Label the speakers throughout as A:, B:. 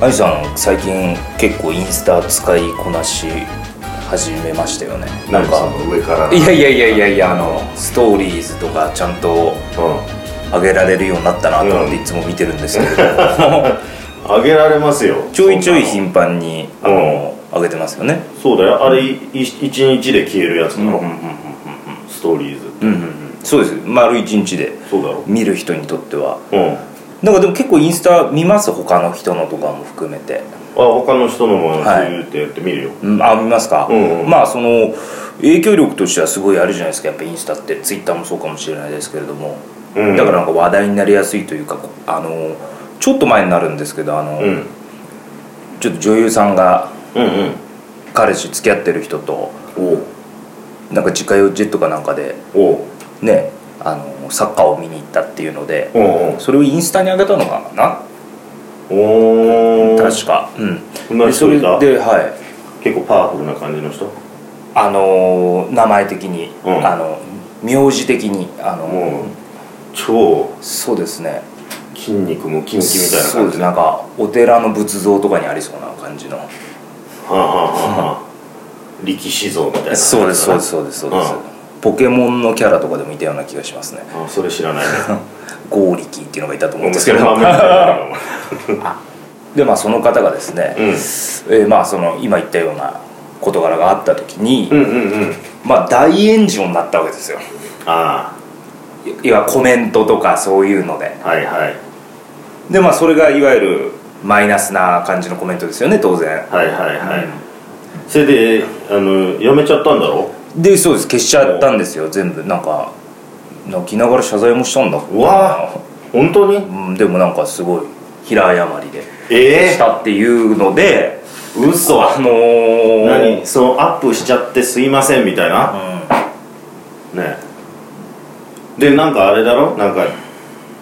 A: あいさん最近結構インスタ使いこなし始めましたよねなん
B: そ
A: か
B: の上から
A: いやいやいやいやいやあのストーリーズとかちゃんと
B: う
A: 上げられるようになったなと思っ
B: う
A: て
B: ん
A: いつも見てるんですけれども
B: ん上げられますよ
A: ちょいちょい
B: そんなの
A: 頻繁にあの上げてますよね
B: そうだよあれい1日で消えるやつなの、ストーリーズ
A: うんうんうんそうです丸一日で
B: そうだろ
A: 見る人にとっては
B: うんあ
A: なんかでも結構インスタ見ます他の人のとかも含めて、
B: 他の人のもず
A: はい
B: ーってやって見るよ、
A: うん、あ見ますか、
B: うんうん
A: まあその影響力としてはすごいあるじゃないですかやっぱインスタってツイッターもそうかもしれないですけれども、
B: うん
A: だからなんか話題になりやすいというかこあのちょっと前になるんですけどあの、
B: うん
A: ちょっと女優さんが
B: うんうん
A: 彼氏付き合ってる人と
B: おう
A: なんか自家用ジェットかなんかで
B: おう
A: ねあのサッカーを見に行ったっていうので
B: おう
A: それをインスタに上げたのかな
B: おう
A: 確か、うん、
B: そんな
A: でそ
B: 人
A: れ
B: い
A: で
B: た
A: はい
B: 結構パワフルな感じの人
A: あの名前的に、
B: うん
A: あの名字的にあの、
B: もう超
A: そうですね
B: 筋肉もキムキみたいな
A: そう
B: 感
A: で
B: じ
A: すなんかお寺の仏像とかにありそうな感じの
B: はあはあはあ力士像みたいな
A: そうですそうですそうですそうです、
B: うん
A: ポケモンのキャラとかでもいたような気がしますね
B: あそれ知らないね
A: ゴーリキっていうのがいたと思
B: お
A: うんですけ
B: 店
A: ど
B: の豆みたいな の
A: でまあその方がですね、
B: うん
A: えーまあその今言ったような事柄があった時に、
B: うんうんうん
A: まあ大炎上になったわけですよ
B: あ
A: いいわゆるコメントとかそういうので
B: あはいはい
A: でまあそれがいわゆるマイナスな感じのコメントですよね当然
B: はいはいはい、それであのやめちゃったんだろ
A: でそうです消しちゃったんですよ全部なんか泣きながら謝罪もしたんだ
B: うわ本当に
A: うんでもなんかすごい平謝りで
B: え
A: し
B: え
A: たっていうので
B: 嘘
A: あのー、
B: 何そのアップしちゃってすいませんみたいなねでなんかあれだろなんか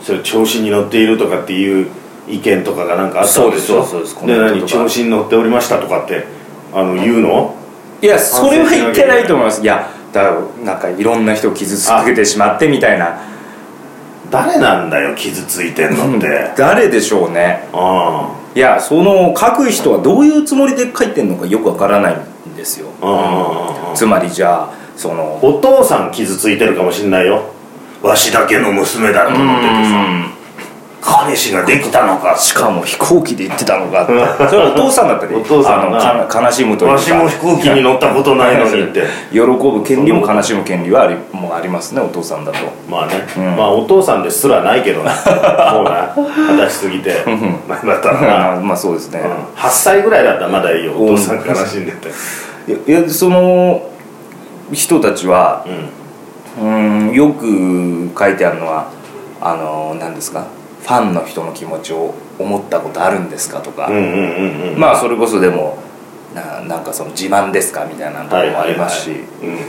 B: それ調子に乗っているとかっていう意見とかがなんかあったんでしょ
A: そうですそうですコ
B: で
A: メント
B: 何
A: とか
B: 調子に乗っておりましたとかってあの言うの
A: いやそれは言ってないと思いますいやだからなんかいろんな人を傷つけてしまってみたいな
B: 誰なんだよ傷ついてんのってあ
A: 誰でしょうね
B: あ
A: いやその書く人はどういうつもりで書いてんのかよくわからないんですよ
B: ああ
A: つまりじゃあその
B: お父さん傷ついてるかもしんないよわしだけの娘だと思っててさ彼氏ができたのか
A: しかも飛行機で行ってたのかってそれはお父さんだったり
B: お父さんな
A: あのか悲しむというか
B: わしも飛行機に乗ったことないのにって
A: 喜ぶ権利も悲しむ権利はありもうありますねお父さんだと
B: まあね、
A: ん
B: まあお父さんですらないけど なもうな果たしすぎてなんだったらな、
A: まあまあそうですね、
B: うん、8歳ぐらいだったらまだいいよお父さん悲しんでて
A: いやいやその人たちは
B: う
A: う
B: ん
A: ーんよく書いてあるのはあの何ですかファンの人の気持ちを思ったことあるんですかとか、
B: うんうんうんうん
A: まあそれこそでもななんかその自慢ですかみたいなところもありますし、
B: はいはいはい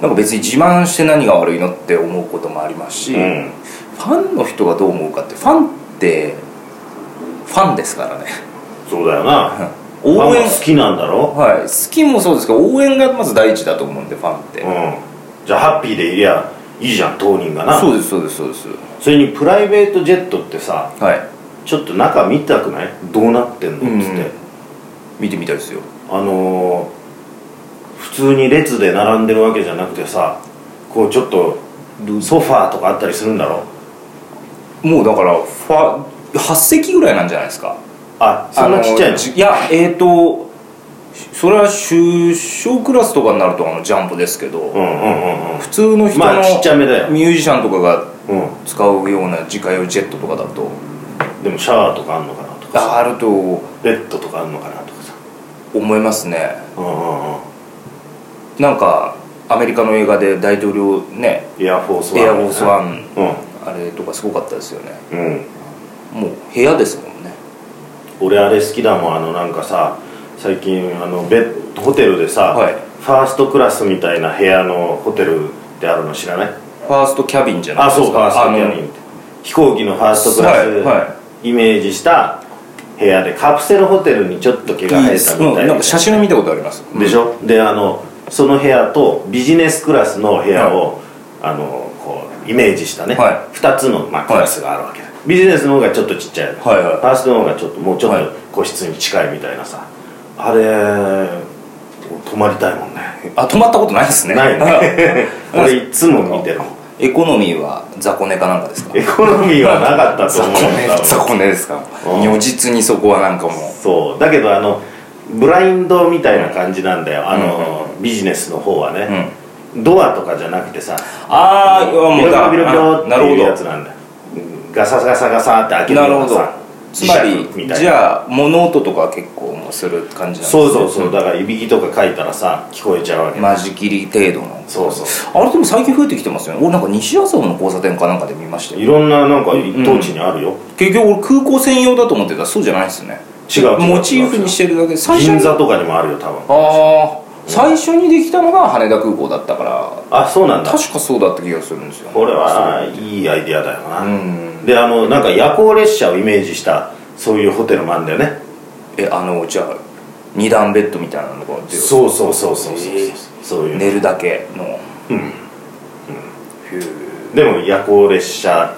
A: なんか別に自慢して何が悪いのって思うこともありますし、
B: うんうん
A: ファンの人がどう思うかってファンってファンですからね
B: そうだよな
A: 応援
B: ファンが好きなんだろ、
A: はい好きもそうですけど応援がまず第一だと思うんでファンって、
B: うん、じゃあハッピーでいりゃいいじゃん当人がな
A: そうですそうですそうです
B: それにプライベートジェットってさ
A: はい
B: ちょっと中見たくないどうなってんのっつって、
A: うんうん見てみたいですよ
B: あのー普通に列で並んでるわけじゃなくてさこうちょっとソファーとかあったりするんだろ
A: もうだからファ8席ぐらいなんじゃないですか
B: あそんなちっちゃいの
A: あのいやえっ、ー、とそれは首相クラスとかになるとあのジャンプですけど、
B: うんうんうんうん
A: 普通の人の、
B: まあちっちゃめだよ
A: ミュージシャンとかが
B: う
A: 使うような自家用ジェットとかだと
B: んでもシャワーとかあんのかなとかさ
A: あると
B: ベッドとかあんのかなとかさ
A: 思いますね
B: うんうんうん
A: なんかアメリカの映画で大統領ね
B: エアフォースワン
A: エアフォースワン
B: うん
A: あれとかすごかったですよね
B: うん
A: もう部屋ですもんね
B: 俺あれ好きだもんあのなんかさ最近あのベッホテルでさ、
A: はい
B: ファーストクラスみたいな部屋のホテルってあるの知らない
A: ファーストキャビンじゃない
B: あ
A: ですか
B: そうファーストキャビンって飛行機のファーストクラス、
A: はいは
B: イメージした部屋でカプセルホテルにちょっと毛が生えたみ
A: うん
B: たい
A: な
B: なん
A: か写真を見たことあります
B: でしょ、であのその部屋とビジネスクラスの部屋を、あのこうイメージしたね、
A: は
B: 2つの、まあ、クラスがあるわけだ、ビジネスの方がちょっとちっちゃい、
A: はいはい
B: ファーストの方がちょっともうちょ
A: はい
B: っと個室に近いみたいなさ、あれ泊まりたいもんね
A: あ泊まったことないですね
B: ないね俺いつも見てる
A: エコノミーは雑魚寝かなんかですか
B: エコノミーはなかったと
A: 雑
B: 思う
A: 魚
B: んだ
A: 寝雑魚寝ですか
B: うん
A: 如実にそこはなんかもう
B: そうだけどあのブラインドみたいな感じなんだよあの、ビジネスの方はね、ドアとかじゃなくてさ
A: ああ
B: ビロビ
A: もう
B: ロビロビロっ
A: あな
B: て
A: る
B: いうや
A: ほ
B: つなんだうんガサガサガサって開け
A: ど
B: る
A: なる
B: よう
A: ほど
B: なさ
A: つま
B: 磁石み
A: り
B: たいな
A: じゃあ物音とかは結構もうする感じなんですね
B: そうそうそうだからいびきとか書いたらさ聞こえちゃうわけ、
A: 間仕切り程度の
B: そうそう
A: あれでも最近増えてきてますよね俺なんか西麻生の交差点かなんかで見ましたよ
B: いろんななんか一等地にあるよ、
A: 結局俺空港専用だと思ってたらそうじゃないですね
B: 違う違う違う
A: モチーフにしてるだけで最初
B: 銀
A: にあ
B: 座とかにもあるよ多分
A: あ最初にできたのが羽田空港だったから
B: あそうなんだ
A: 確かそうだった気がするんですよね
B: これはいいアイディアだよな、
A: うん
B: であのなんか夜行列車をイメージしたそういうホテルもあるんだよね
A: えあのじゃあ二段ベッドみたいなのがあって
B: そうそうそうそうそうそう、
A: へえ
B: そういう、
A: 寝るだけの
B: うん
A: ふう
B: でも夜行列車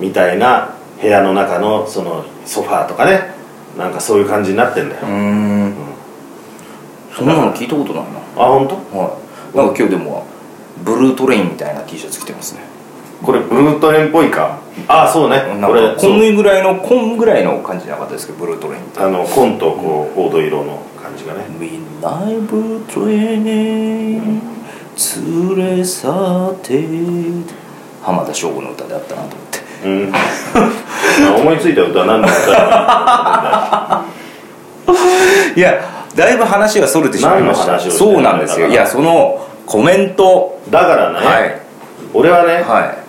B: みたいな部屋の中のそのソファーとかねなんかそういう感じになってんだよ、
A: うーんそんなの聞いたことないな
B: あ本当？
A: はいなんか今日でもブルートレインみたいな T シャツ着てますね
B: これブルートレンっぽいかあそうね
A: なん
B: これ
A: かこ
B: そ
A: ん
B: う
A: ぐらいのこんぐらいの感じじゃなかったですけどブルートレインって
B: あの紺とこう黄土色の感じがね
A: ないブルートレイン連れ去って浜田省吾の歌であったなと思って
B: うん思いついた歌は何の歌だ
A: いやだいぶ話がそれてしまいまし
B: 何の
A: た
B: 話をしてる
A: そ
B: んだ
A: うなんですよ
B: だから
A: いやそのコメント
B: だからね、
A: はい
B: 俺はね、
A: は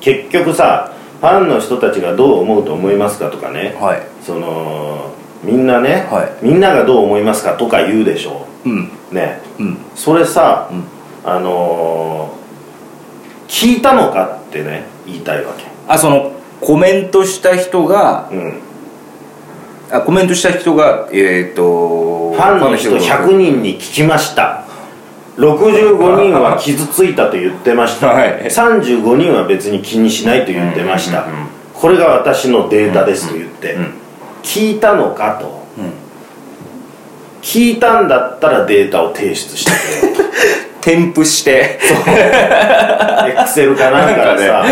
B: 結局さファンの人たちがどう思うと思いますかとかね
A: いはい
B: そのみんなね、
A: は
B: みんながどう思いますかとか言うでしょ
A: うん
B: ね
A: うん
B: それさ、
A: うん
B: あのー聞いたのかってね言いたいわけ
A: あそのコメントした人が
B: うん
A: あコメントした人がえっ、と
B: ファンの人
A: ファ
B: 100人に聞きました65人は傷ついたと言ってました、
A: はい
B: 35人は別に気にしないと言ってました、
A: うんうんうん
B: これが私のデータですと言って、
A: うん
B: 聞いたのかと、
A: ん
B: 聞いたんだったらデータを提出して くれよ
A: 添付して
B: エクセルかなんかでさ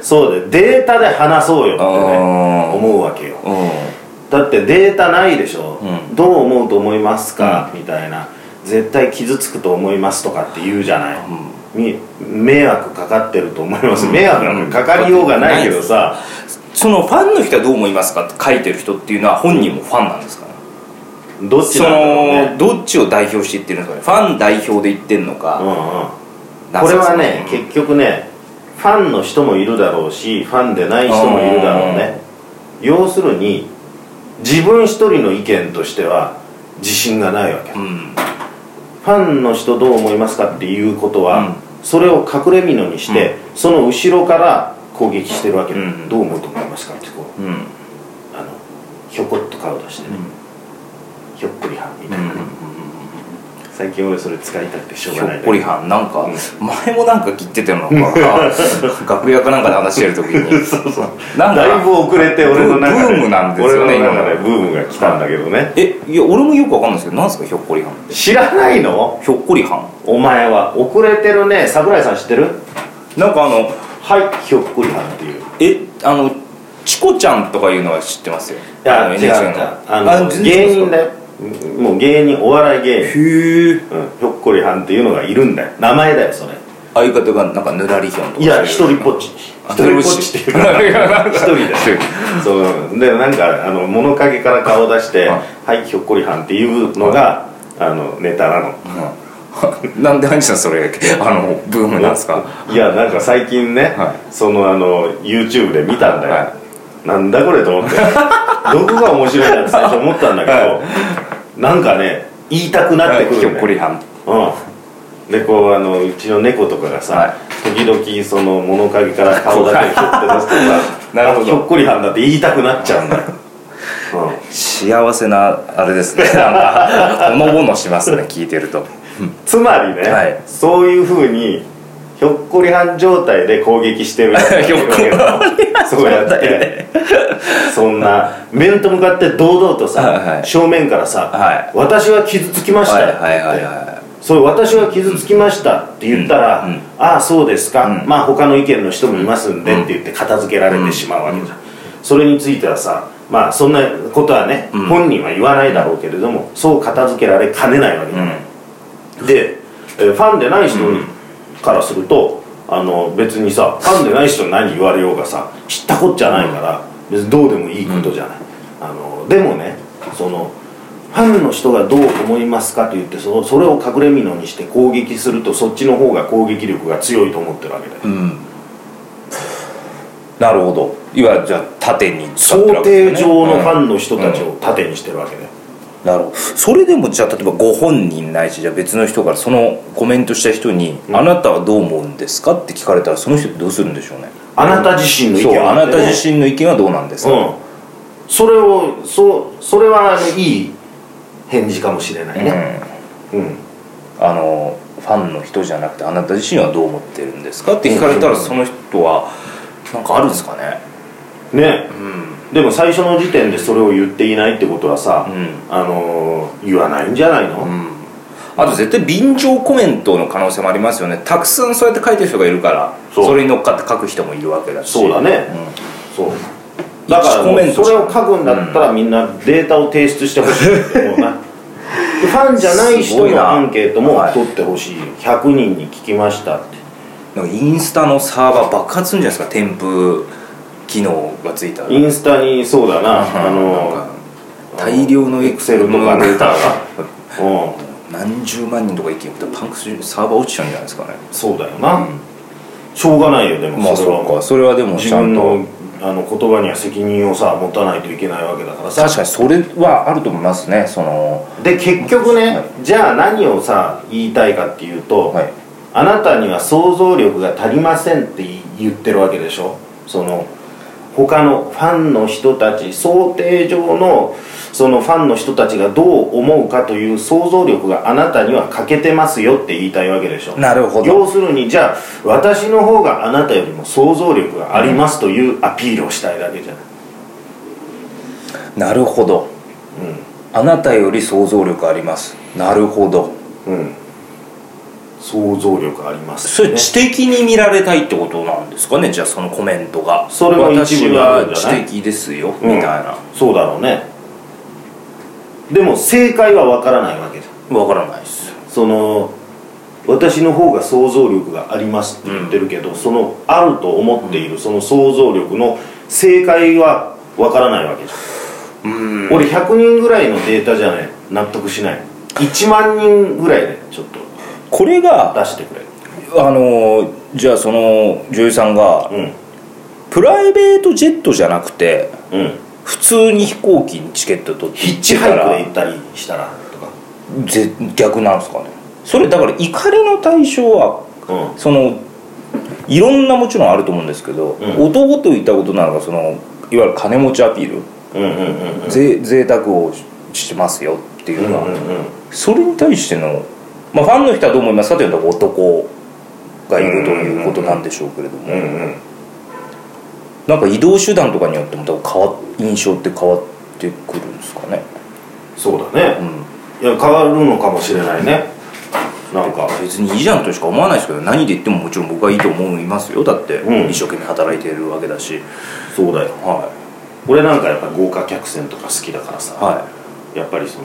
B: そうでデータで話そうよってね
A: あー
B: 思うわけよ
A: うん
B: だってデータないでしょ、
A: う
B: どう思うと思いますか、みたいな絶対傷つくと思いますとかって言うじゃない、み迷惑かかってると思います、迷惑なんかかかりようがないけどさ、
A: そのファンの人はどう思いますかって書いてる人っていうのは本人もファンなんですかね
B: どっち
A: そ
B: なんだろうね
A: のどっちを代表して言ってるんですかねファン代表で言ってんの
B: う
A: か、
B: んうん
A: なんか
B: これ
A: その
B: はね結局ねファンの人もいるだろうしファンでない人もいるだろうね要するに自分一人の意見としては自信がないわけ、
A: うん
B: ファンの人どう思いますかっていうことは、それを隠れ蓑にして、その後ろから攻撃してるわけ、
A: うん
B: どう思うと思いますかってこう
A: うん
B: あのひょこっと顔出してね、ひょっこりはんみたいな、最近俺それ使いたくてしょう
A: ひ
B: が
A: ょ
B: ない
A: っこりはんなんか、前もなんか切ってたのか 楽屋かなんかで話してる時にそうそうなんか
B: だいぶ遅れて俺の中で
A: ブームなんですよね
B: 俺の中でブームが来たんだけどね
A: えいや俺もよくわかんないですけどなんですかひょっこりはんって
B: 知らないの
A: ひょっこりは
B: お前は遅れてるね桜井さん知ってる
A: んなんかあの
B: はいひょっこりはんってい
A: え
B: う
A: あのチコちゃんとかいうのは知ってますよ
B: いや
A: の
B: 違う違う
A: NHK
B: あの
A: 全然違
B: 芸
A: うん
B: 人だよもう芸人お笑い芸人、
A: ですかへえ
B: うん、ひょっこりはんっていうのがいるんだよ名前だよそれ
A: 相方がなんかぬらりひょんとか
B: いや
A: そ
B: 一
A: うう
B: 人ぽっち
A: あ
B: 一人ぽっちっていうか一人だよそうでなんかあの物陰から顔出して「
A: は
B: はいひょっこりはん」っていうのがあのネタなの
A: うん なんでアンジさんそれあのブームなんですか
B: いやなんか最近ね、
A: は
B: そのあの YouTube で見たんだよ、
A: は
B: なんだこれと思って どこが面白いんだって最初思ったんだけど、なんかね言いたくなってくるん
A: ひ
B: だ
A: ょ
B: よ
A: っこりはん
B: うんでこうあのうちの猫とかがさ、
A: はい
B: 時々その物陰から顔だけひょって出す とさ
A: なるほど
B: ひょっこりはんだって言いたくなっちゃう んだよ、うん
A: 幸せなあれですねなんかほのぼのしますね聞いてると
B: つまりね、
A: はい
B: そういうふうにひょっこりはん状態で攻撃してるやつがいるわ けだよそうやってそんな面と向かって堂々とさ、
A: はいはい
B: 正面からさ、
A: はい
B: 私は傷つきました」って言って、
A: はいはいはいは
B: そう私は傷つきましたって言ったら「
A: うんうん
B: ああそうですか、
A: うん
B: まあ他の意見の人もいますんで」
A: うん
B: って言って片付けられてしまうわけじゃん、それについてはさまあそんなことはね、
A: うん
B: 本人は言わないだろうけれどもそう片付けられかねないわけじゃんで、えーファンでない人にからすると、あの別にさファンでない人に何言われようがさ知ったこっちゃないから別にどうでもいいことじゃない、あのでもねそのファンの人がどう思いますかと言ってそのそれを隠れ蓑にして攻撃するとそっちの方が攻撃力が強いと思ってるわけだよ、
A: うん、うん、なるほどいわゆるじゃあ縦に使ってる
B: 想
A: わけで
B: 定
A: すね
B: 上の
A: うん
B: ファンの人たちを盾にしてるわけだよ、
A: なるほどそれでもじゃあ例えばご本人ないしじゃあ別の人からそのコメントした人に「
B: うん
A: あなたはどう思うんですか?」って聞かれたらその人ってどうするんでしょうね
B: あなた自身の意見
A: そうあ
B: は
A: なた自身の意見はどうなんですか、
B: うん、それをそうそれはあのいい返事かもしれないね、うん
A: あのファンの人じゃなくてあなた自身はどう思ってるんですかって聞かれたらその人はなんかあるんですかね
B: ね
A: うん
B: でも最初の時点でそれを言っていないってことはさ、
A: うん
B: あのー言わないんじゃないの、
A: あと絶対便乗コメントの可能性もありますよねたくさんそうやって書いてる人がいるから
B: そ
A: そうれに乗っかって書く人もいるわけだし
B: そうだね
A: ん
B: そうだから
A: 一コ
B: もう
A: メント
B: それを書くんだったらみんなデータを提出してほしいと思うな でファンじゃない
A: す
B: 人
A: ごい
B: の
A: な
B: アンケートも
A: はい
B: 取ってほしい100人に聞きましたって
A: なんかインスタのサーバー爆発するんじゃないですか添付機能がついたら
B: インスタにそうだなあ
A: なん
B: の
A: か大量の
B: エクセルとか
A: の
B: デ
A: デ
B: ー
A: ー
B: タ
A: タ
B: が
A: が
B: うん
A: 何十万人とか意見送ったらパンクするサーバー落ちちゃうんじゃないですかね
B: そうだよな、しょうがないよでも
A: まあ
B: それは
A: そ
B: もう
A: うかそれはでも
B: 自
A: ちゃ
B: 分
A: んと
B: のあの言葉には責任をさ持たないといけないわけだからさ
A: 確かにそれはあると思いますねその
B: で結局ね、
A: はい
B: じゃあ何をさ言いたいかっていうと、
A: はい
B: あなたには想像力が足りませんって言い言ってるわけでしょその他のファンの人たち想定上のそのファンの人たちがどう思うかという想像力があなたには欠けてますよって言いたいわけでしょ
A: なるほど
B: 要するにじゃあ私の方があなたよりも想像力がありますというアピールをしたいだけじゃない、
A: なるほどあなたより想像力ありますなるほど
B: うんうん、想像力あります
A: それ知的に見られたいってことなんですかねじゃあそのコメントが
B: それは一部
A: 私
B: にあるん
A: は
B: じゃない
A: 知的ですよ、
B: うん
A: みたいな
B: そうだろうねでも正解はわからないわけじゃん
A: わからないです
B: その私の方が想像力がありますって言ってるけど、そのあると思っているその想像力の正解はわからないわけじゃん、
A: ん
B: 俺100人ぐらいのデータじゃない納得しない1万人ぐらいでちょっと
A: これが
B: 出してくれ
A: あのじゃあその女優さんが
B: うん
A: プライベートジェットじゃなくて
B: うん
A: 普通に飛行機にチケット取って
B: ヒ
A: 行
B: ッ
A: っ
B: チ
A: て
B: ハイ
A: た
B: クで
A: ら
B: 行ったりしたらとか
A: ぜ逆なんですかねそれだから怒りの対象は
B: う
A: そのいろんなもちろんあると思うんですけど、
B: うん
A: 男と言ったことなのがそのいわゆる金持ちアピール、
B: んうんうんうんうん
A: ぜ贅沢をししてますよっていうのは、
B: うんうんうん
A: それに対しての、まあ、ファンの人はどう思いますかというと男がいるということなんでしょうけれども、
B: うんうん
A: なんか移動手段とかによっても多分変わ印象って変わってくるんですかね、
B: そうだね、
A: う
B: いや変わるのかもしれないねなんか
A: ん、別にいいじゃんとしか思わないですけど何で言ってももちろん僕はいいと思いますよだって、
B: うん
A: 一生懸命働いてるわけだし
B: そうだよ
A: は
B: 俺なんかやっぱ豪華客船とか好きだからさ、
A: い、はい
B: やっぱりその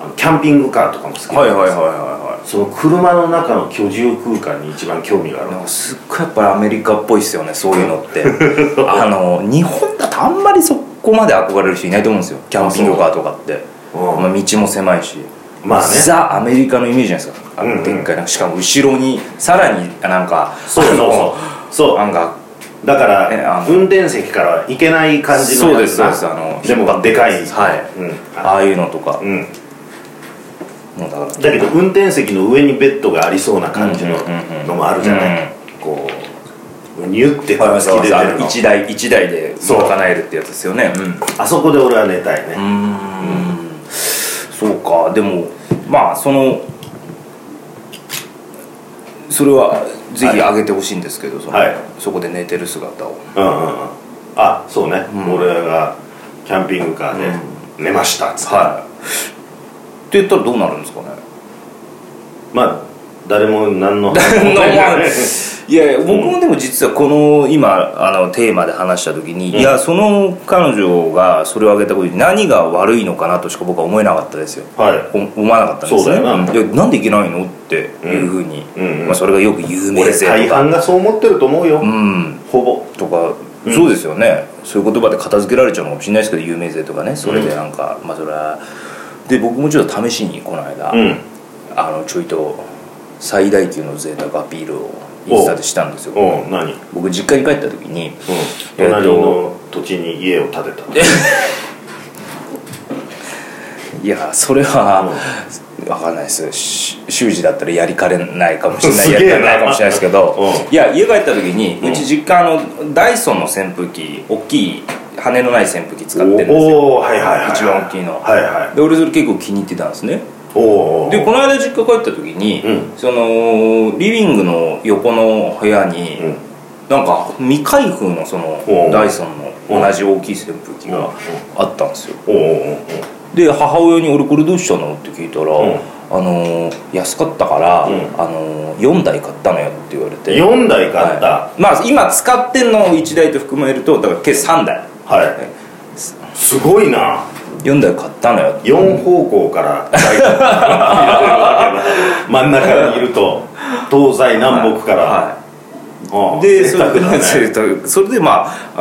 B: あのキャンピングカーとかも好きだから
A: はいはいはい
B: さ
A: は
B: その車の中の居住空間に一番興味があ
A: い
B: る
A: なんかすっごいやっぱりアメリカっぽいっすよねそういうのって あの日本だとあんまりそこまで憧れる人いないと思うんですよキャンピングカーとかって、
B: うん
A: まあ、道も狭いし
B: まあね
A: ザ・アメリカのイメージじゃないですかあ
B: うんう
A: の
B: ん
A: でっかいなしかも後ろにさらになんか
B: そうそうそ
A: あ
B: う
A: の
B: そ
A: なんか
B: うだか
A: え
B: ら
A: あの
B: 運転席からは行けない感じの
A: そう
B: や
A: で
B: つ
A: すそう
B: な
A: ですあの
B: でもでかい
A: はい
B: うんあ
A: ああいうのとか、
B: うん
A: もうだから
B: だけど運転席の上にベッドがありそうな感じの
A: うんうんうんうん
B: のもあるじゃない、こうニュって突き出てるの
A: 1台一台で
B: そう
A: 賄えるってやつですよねうん
B: あそこで俺は寝たいね、
A: うんそうかでもまあそのそれはぜひ上げてほしいんですけど、その
B: はい
A: そこで寝てる姿を
B: うんうんうんあそうね、
A: ん
B: 俺がキャンピングカーで寝ましたっつって、
A: って言ったらどうなるんですかね
B: まあ誰も何の
A: 何のいやいや僕もでも実はこの今あのテーマで話した時に、いやその彼女がそれを挙げたことに何が悪いのかなとしか僕は思えなかったですよ
B: は
A: お思わなかったんです
B: そう
A: ね
B: だよない
A: やなんでいけないのっていうふうに、
B: うんうんうん
A: まあ、それがよく有
B: い
A: 名
B: 俺
A: 性
B: 大
A: とか
B: 半がそう思ってると思うよ、
A: うん
B: ほぼ
A: とか、そうですよねそういう言葉で片付けられちゃうのかもしれないですけど有名税とかねそれでなんか、まあそれはで僕もちょっと試しにこの間、
B: うん
A: あのちょいと最大級の贅沢アピールをインスタでしたんですよ
B: おう何、うん、
A: 僕実家に帰った時にえっと
B: 隣の土地に家を建てた
A: いやそれは分かんないですし習字だったらやりかれないかもしれない
B: す
A: や
B: げえ
A: りか
B: な
A: れないかもしれないですけど
B: う
A: いや家帰った時にうち実家あのダイソンの扇風機大きい羽のない扇風機使ってるんですよ
B: おおはいはいはい
A: 一番大きいの
B: はいはい
A: で俺それ結構気に入ってたんですね
B: おうおう
A: でこの間実家帰った時に、
B: う
A: そのリビングの横の部屋に、
B: うん
A: なんか未開封のそ
B: お
A: の
B: う
A: ダイソンの同じ大きい扇風機
B: うん
A: があったんですよ
B: おうおうおう
A: で母親に「俺これどうしたの?」って聞いたら「
B: ん
A: あのー安かったから、
B: うん
A: あのー4台買ったのよ」って言われて
B: 4台買った
A: はい、まあ今使ってんのを1台と含めるとだから計3台
B: はい、すごいな
A: 4台買ったのよって
B: 4方向から大体真ん中にいると東西南北から、
A: はい
B: ああ
A: で
B: 贅
A: そ
B: 沢
A: れ
B: だね
A: でそれ それでまあ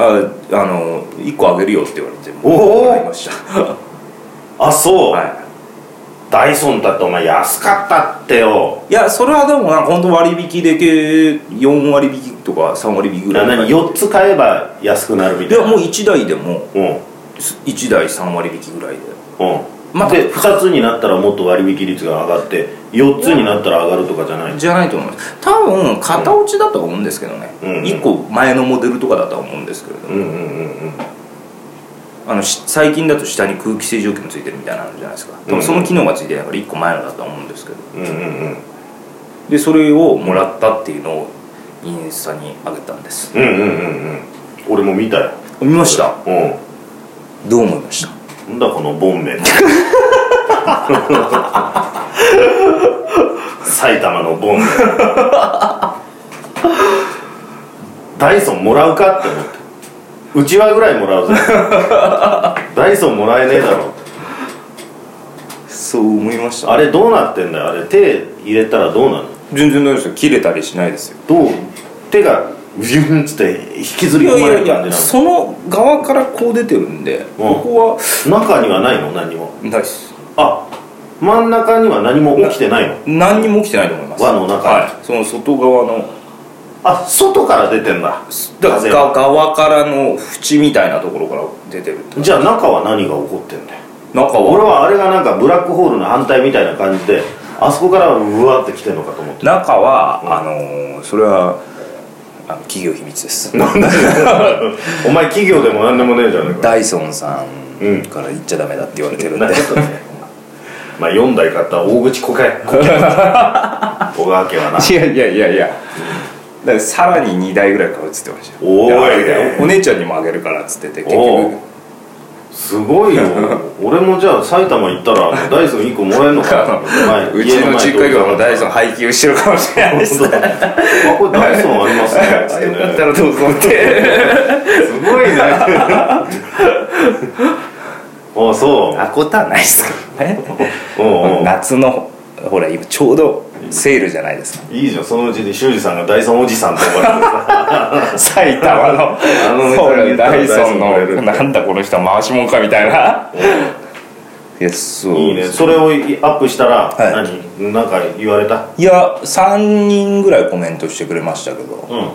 A: ああの1個あげるよって言われて
B: おお
A: もらいました
B: あそう、
A: はい
B: ダイソンだってお前安かったってよ
A: いやそれはでもなんか本当割引で計4割引きとか3割引きぐらい
B: 何4つ買えば安くなるみた
A: で
B: いな
A: もう1台でも
B: うんうん
A: 1台3割引きぐらいでまあ
B: で2つになったらもっと割引率が上がって4つになったら上がるとかじゃない
A: じゃないと思います多分型落ちだとは思うんですけどね、
B: うんうん
A: 1個前のモデルとかだとは思うんですけれども、
B: うんうんうん
A: あのし最近だと下に空気清浄機もついてるみたいなのじゃないですか多
B: うん
A: 分その機能がついてないから1個前のだとは思うんですけど
B: うんうんうんうん
A: でそれをもらったっていうのをインスタに上げたんです
B: うんうんうんうん俺も見たよ
A: 見ました
B: うん
A: どう思いました
B: なんだこのボン ベ埼玉のボンベダイソンもらうかって思ってうちわぐらいもらうぜダイソンもらえねえだろ
A: そう思いまし
B: あれどうなってんだよあれ手入れたらどうなの
A: 全然大丈夫ですよ切れたりしないですよ
B: どう手がビュンっつって引きず
A: い
B: り
A: や
B: 込
A: い
B: まれ
A: や
B: る
A: い
B: 感
A: や
B: じ
A: その側からこう出てるんで、ここは
B: なの中にはないの何も
A: ないです
B: あ真ん中には何も起きてないの
A: 何にも起きてないと思います
B: 輪の中
A: はいその外側の
B: あ外から出てんだ
A: だか
B: 風
A: ら
B: が
A: が側からの縁みたいなところから出てるって
B: じゃあ中は何が起こってんだよ
A: 中
B: 俺
A: は
B: はあれがなんかブラックホールの反対みたいな感じであそこからうわって来てんのかと思って
A: 中は、あのーそれはあの企業秘密です
B: なんだよお前企業でも何でもねえじゃねえか
A: ダイソンさ
B: うん
A: んから言っちゃダメだって言われてるんで、
B: なんかちょっとねまあ4台買ったら大口こけこけ小川家はない
A: やいやいやいやだからさらに2台ぐらい買うっつってましたよ
B: おーい
A: やばみたいなお姉ちゃんにもあげるからっつってて結
B: お
A: 局
B: ーすごいよ俺もじゃあ埼玉行ったらあのダイソン1個もらえるのかなと思って前
A: うちの実家がもうダイソン
B: ン
A: 配給してるかもしれないですよかっ
B: あこれダイソンあります ねつってね
A: たらどうぞって
B: すごいねあそう
A: あことはないですけどね
B: うんうん
A: 夏のほら今ちょうどセールじゃないです
B: いいじゃんそのうちに修二さんがダイソンおじさんって呼ばれて る
A: か埼玉の
B: の
A: ほらダイソン
B: ダイソンくれるって
A: のなんだこの人は回しもんかみたいないやそう
B: いいねそれをアップしたら、
A: は
B: 何なんか言われた
A: いや3人ぐらいコメントしてくれましたけど
B: うん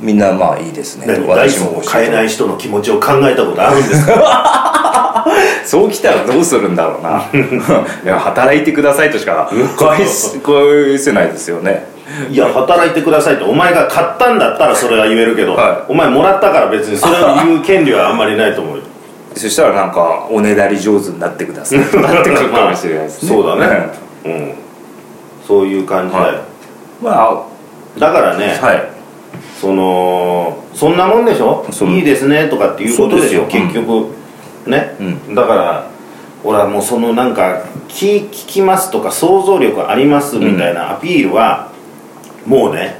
A: みんなまあいいですね
B: 何ダイ
A: 私
B: ソン
A: も
B: を
A: 欲しいと
B: 買えない人の気持ちを考えたことある んですか
A: そうきたらどうするんだろうないや働いてくださいとしか返す返せないですよね
B: いや働いてくださいってお前が買ったんだったらそれは言えるけど、
A: は
B: お前もらったから別にそれを言う権利はあんまりないと思うよ
A: そしたらなんかおねだり上手になってくださいとなってくるかもしれないですね
B: そうだねうんそういう感じだよ、
A: はまあ
B: だからね、
A: はい
B: そのそんなもんでしょ
A: そう
B: いいですねとかっていうことでしょ
A: そうですよ
B: 結局、ね、
A: う
B: だから俺はもうそのなんか聞聞きますとか想像力ありますみたいなアピールは、もうね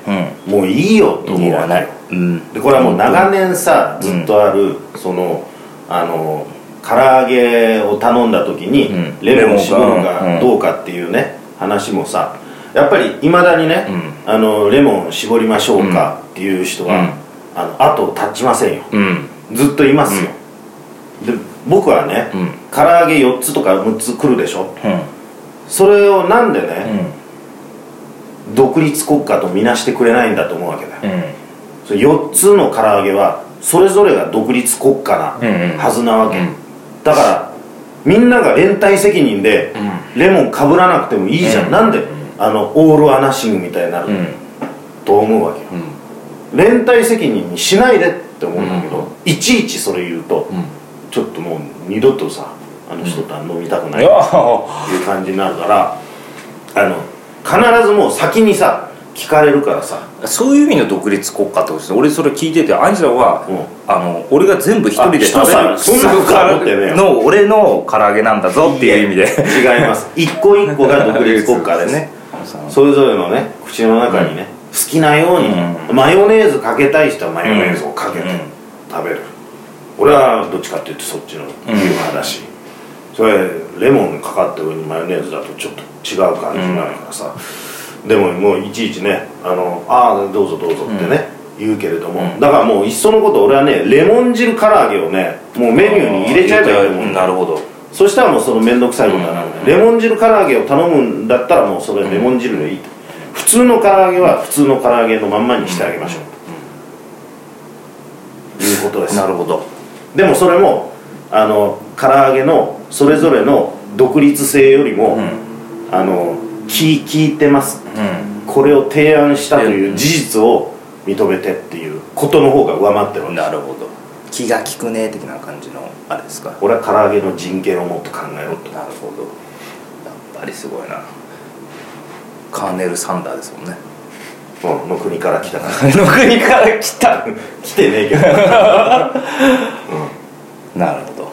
A: う
B: もういいよと
A: んい
B: 思うわ
A: らないうん
B: でこれはもう長年さずっとある、そのあの唐揚げを頼んだ時に、
A: うん
B: レモン絞る
A: レモンかうん
B: かどうかっていうね、話もさやっぱりいまだにね、あのレモン絞りましょうかっていう人は、
A: うん
B: あの後を絶ちませんよ
A: うん
B: ずっといますよ、で僕はね、
A: うん
B: 唐揚げ4つとか6つ来るでしょ
A: うん
B: それをなんで
A: う
B: ね、
A: ん
B: 独立国家とみなしてくれないんだと思うわけだよ
A: うん
B: それ4つの唐揚げはそれぞれが独立国家な
A: うんうん
B: はずなわけ、
A: うん
B: だからみんなが連帯責任でレモンかぶらなくてもいいじゃん、
A: うん
B: なんであのオール・ア・ナッシングみたいになる、
A: うん
B: と思うわけよ
A: うん
B: 連帯責任にしないでって思うんだけど、いちいちそれ言うと、
A: うん
B: ちょっともう二度とさあの人とは飲みたくない
A: い
B: っ
A: や
B: ていう感じになるからあの必ずもう先にさ聞かれるからさ、
A: そういう意味の独立国家ってことですね俺それ聞いててアンジェラは、
B: うん
A: あの俺が全部一人で食べ
B: あ
A: る
B: 一皿そんなことは思ってねえよ
A: の俺の唐揚げなんだぞっていう意味で
B: 違います一個一個が独立国家ですねそれぞれのね口の中にね、好きなように、
A: う
B: マヨネーズかけたい人はマヨネーズをかけて
A: うん
B: 食べる、俺はどっちかっていうとそっちの言う派だし、それレモンかかってるマヨネーズだとちょっと違う感じになるからさ、でももういちいちね「あのあーどうぞどうぞ」ってね、言うけれども、だからもういっそのこと俺はねレモン汁唐揚げをねもうメニューに入れちゃえばいいと思う
A: うんん
B: だ
A: なるほど
B: そしたらもうその面倒くさいことはなくレモン汁唐揚げを頼むんだったらもうそれレモン汁でいいと普通の唐揚げは普通の唐揚げのまんまにしてあげましょうということです
A: なるほど
B: でもそれもあの唐揚げのそれぞれの独立性よりも、あの聞聞いてます
A: う
B: これを提案したという事実を認めてっていうことの方が上回ってるわ
A: ん
B: け
A: なるほど気が利くね的な感じのあれですか
B: 俺は唐揚げの人権をもっと考えろと
A: なるほどやっぱりすごいなカーネル・サンダーですもん ね
B: うんの国から来たから
A: の国から来た
B: 来てねえ けど
A: なるほど、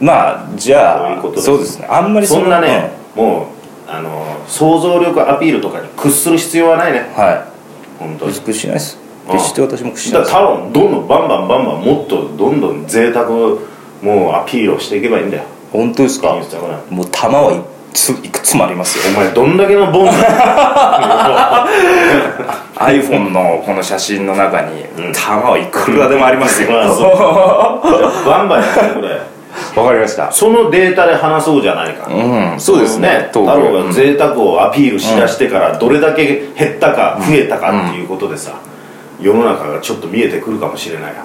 A: まあじゃあ
B: そういうことです
A: そうですねあんまり
B: そんな
A: の
B: ね、もうあの想像力アピールとかに屈する必要はないね
A: うんはい
B: 本当に
A: 屈しないです
B: ああ
A: 決して私も屈しないで
B: だか
A: す
B: ら多分どんどんバンバンバンバンもっとどんどん贅沢もうアピールをしていけばいいんだよ
A: 本当ですか
B: インスタグラム
A: もう玉はいついくつもありますよ
B: お前どんだけのボンだ
A: iPhone のこの写真の中に
B: うん
A: 玉はいくらでもありますよ
B: ま あそ
A: わ
B: バンバンやってくれ
A: かりました
B: そのデータで話そうじゃないか、
A: うんそうですね
B: 太
A: トーク
B: 郎が贅沢をアピールしだしてからどれだけ減ったか増えたかっていうことでさ、世の中がちょっと見えてくるかもしれないな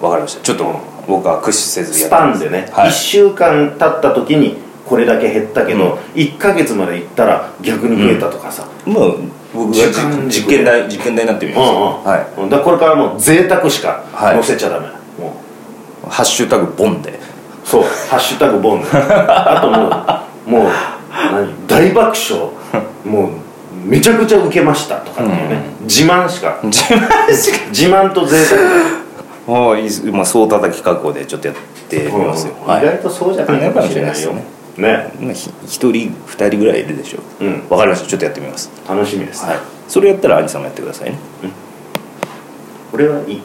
A: わかりましたちょっと僕は駆使せずや
B: ス
A: って
B: パンでね、
A: はい
B: 1週間経った時にこれだけ減ったけど、
A: うん
B: 1ヶ月まで行ったら逆に増えたとかさ、
A: もう僕が
B: 時間軸
A: 実験台実験台になってみ
B: うん
A: ます
B: うん
A: はい
B: うんだからこれからもう贅沢しか
A: はい
B: 載せちゃダメ、も
A: ハッシュタグボンで
B: うそう「ハッシュタグボンド」あともうもう何大爆笑もうめちゃくちゃウケましたとかっていうね、自慢しか
A: 自慢し
B: 自慢と贅沢
A: かもういいですまあ総叩き覚悟でちょっとやってみますよ
B: うん
A: はい
B: 意外とそうじゃないかもしれないよ
A: ね
B: ね
A: まあ、ひ一人二人ぐらいいるでしょう、
B: うん
A: わかりましたちょっとやってみます
B: 楽しみです、
A: はいそれやったら兄さんもやってくださいね
B: 俺はいい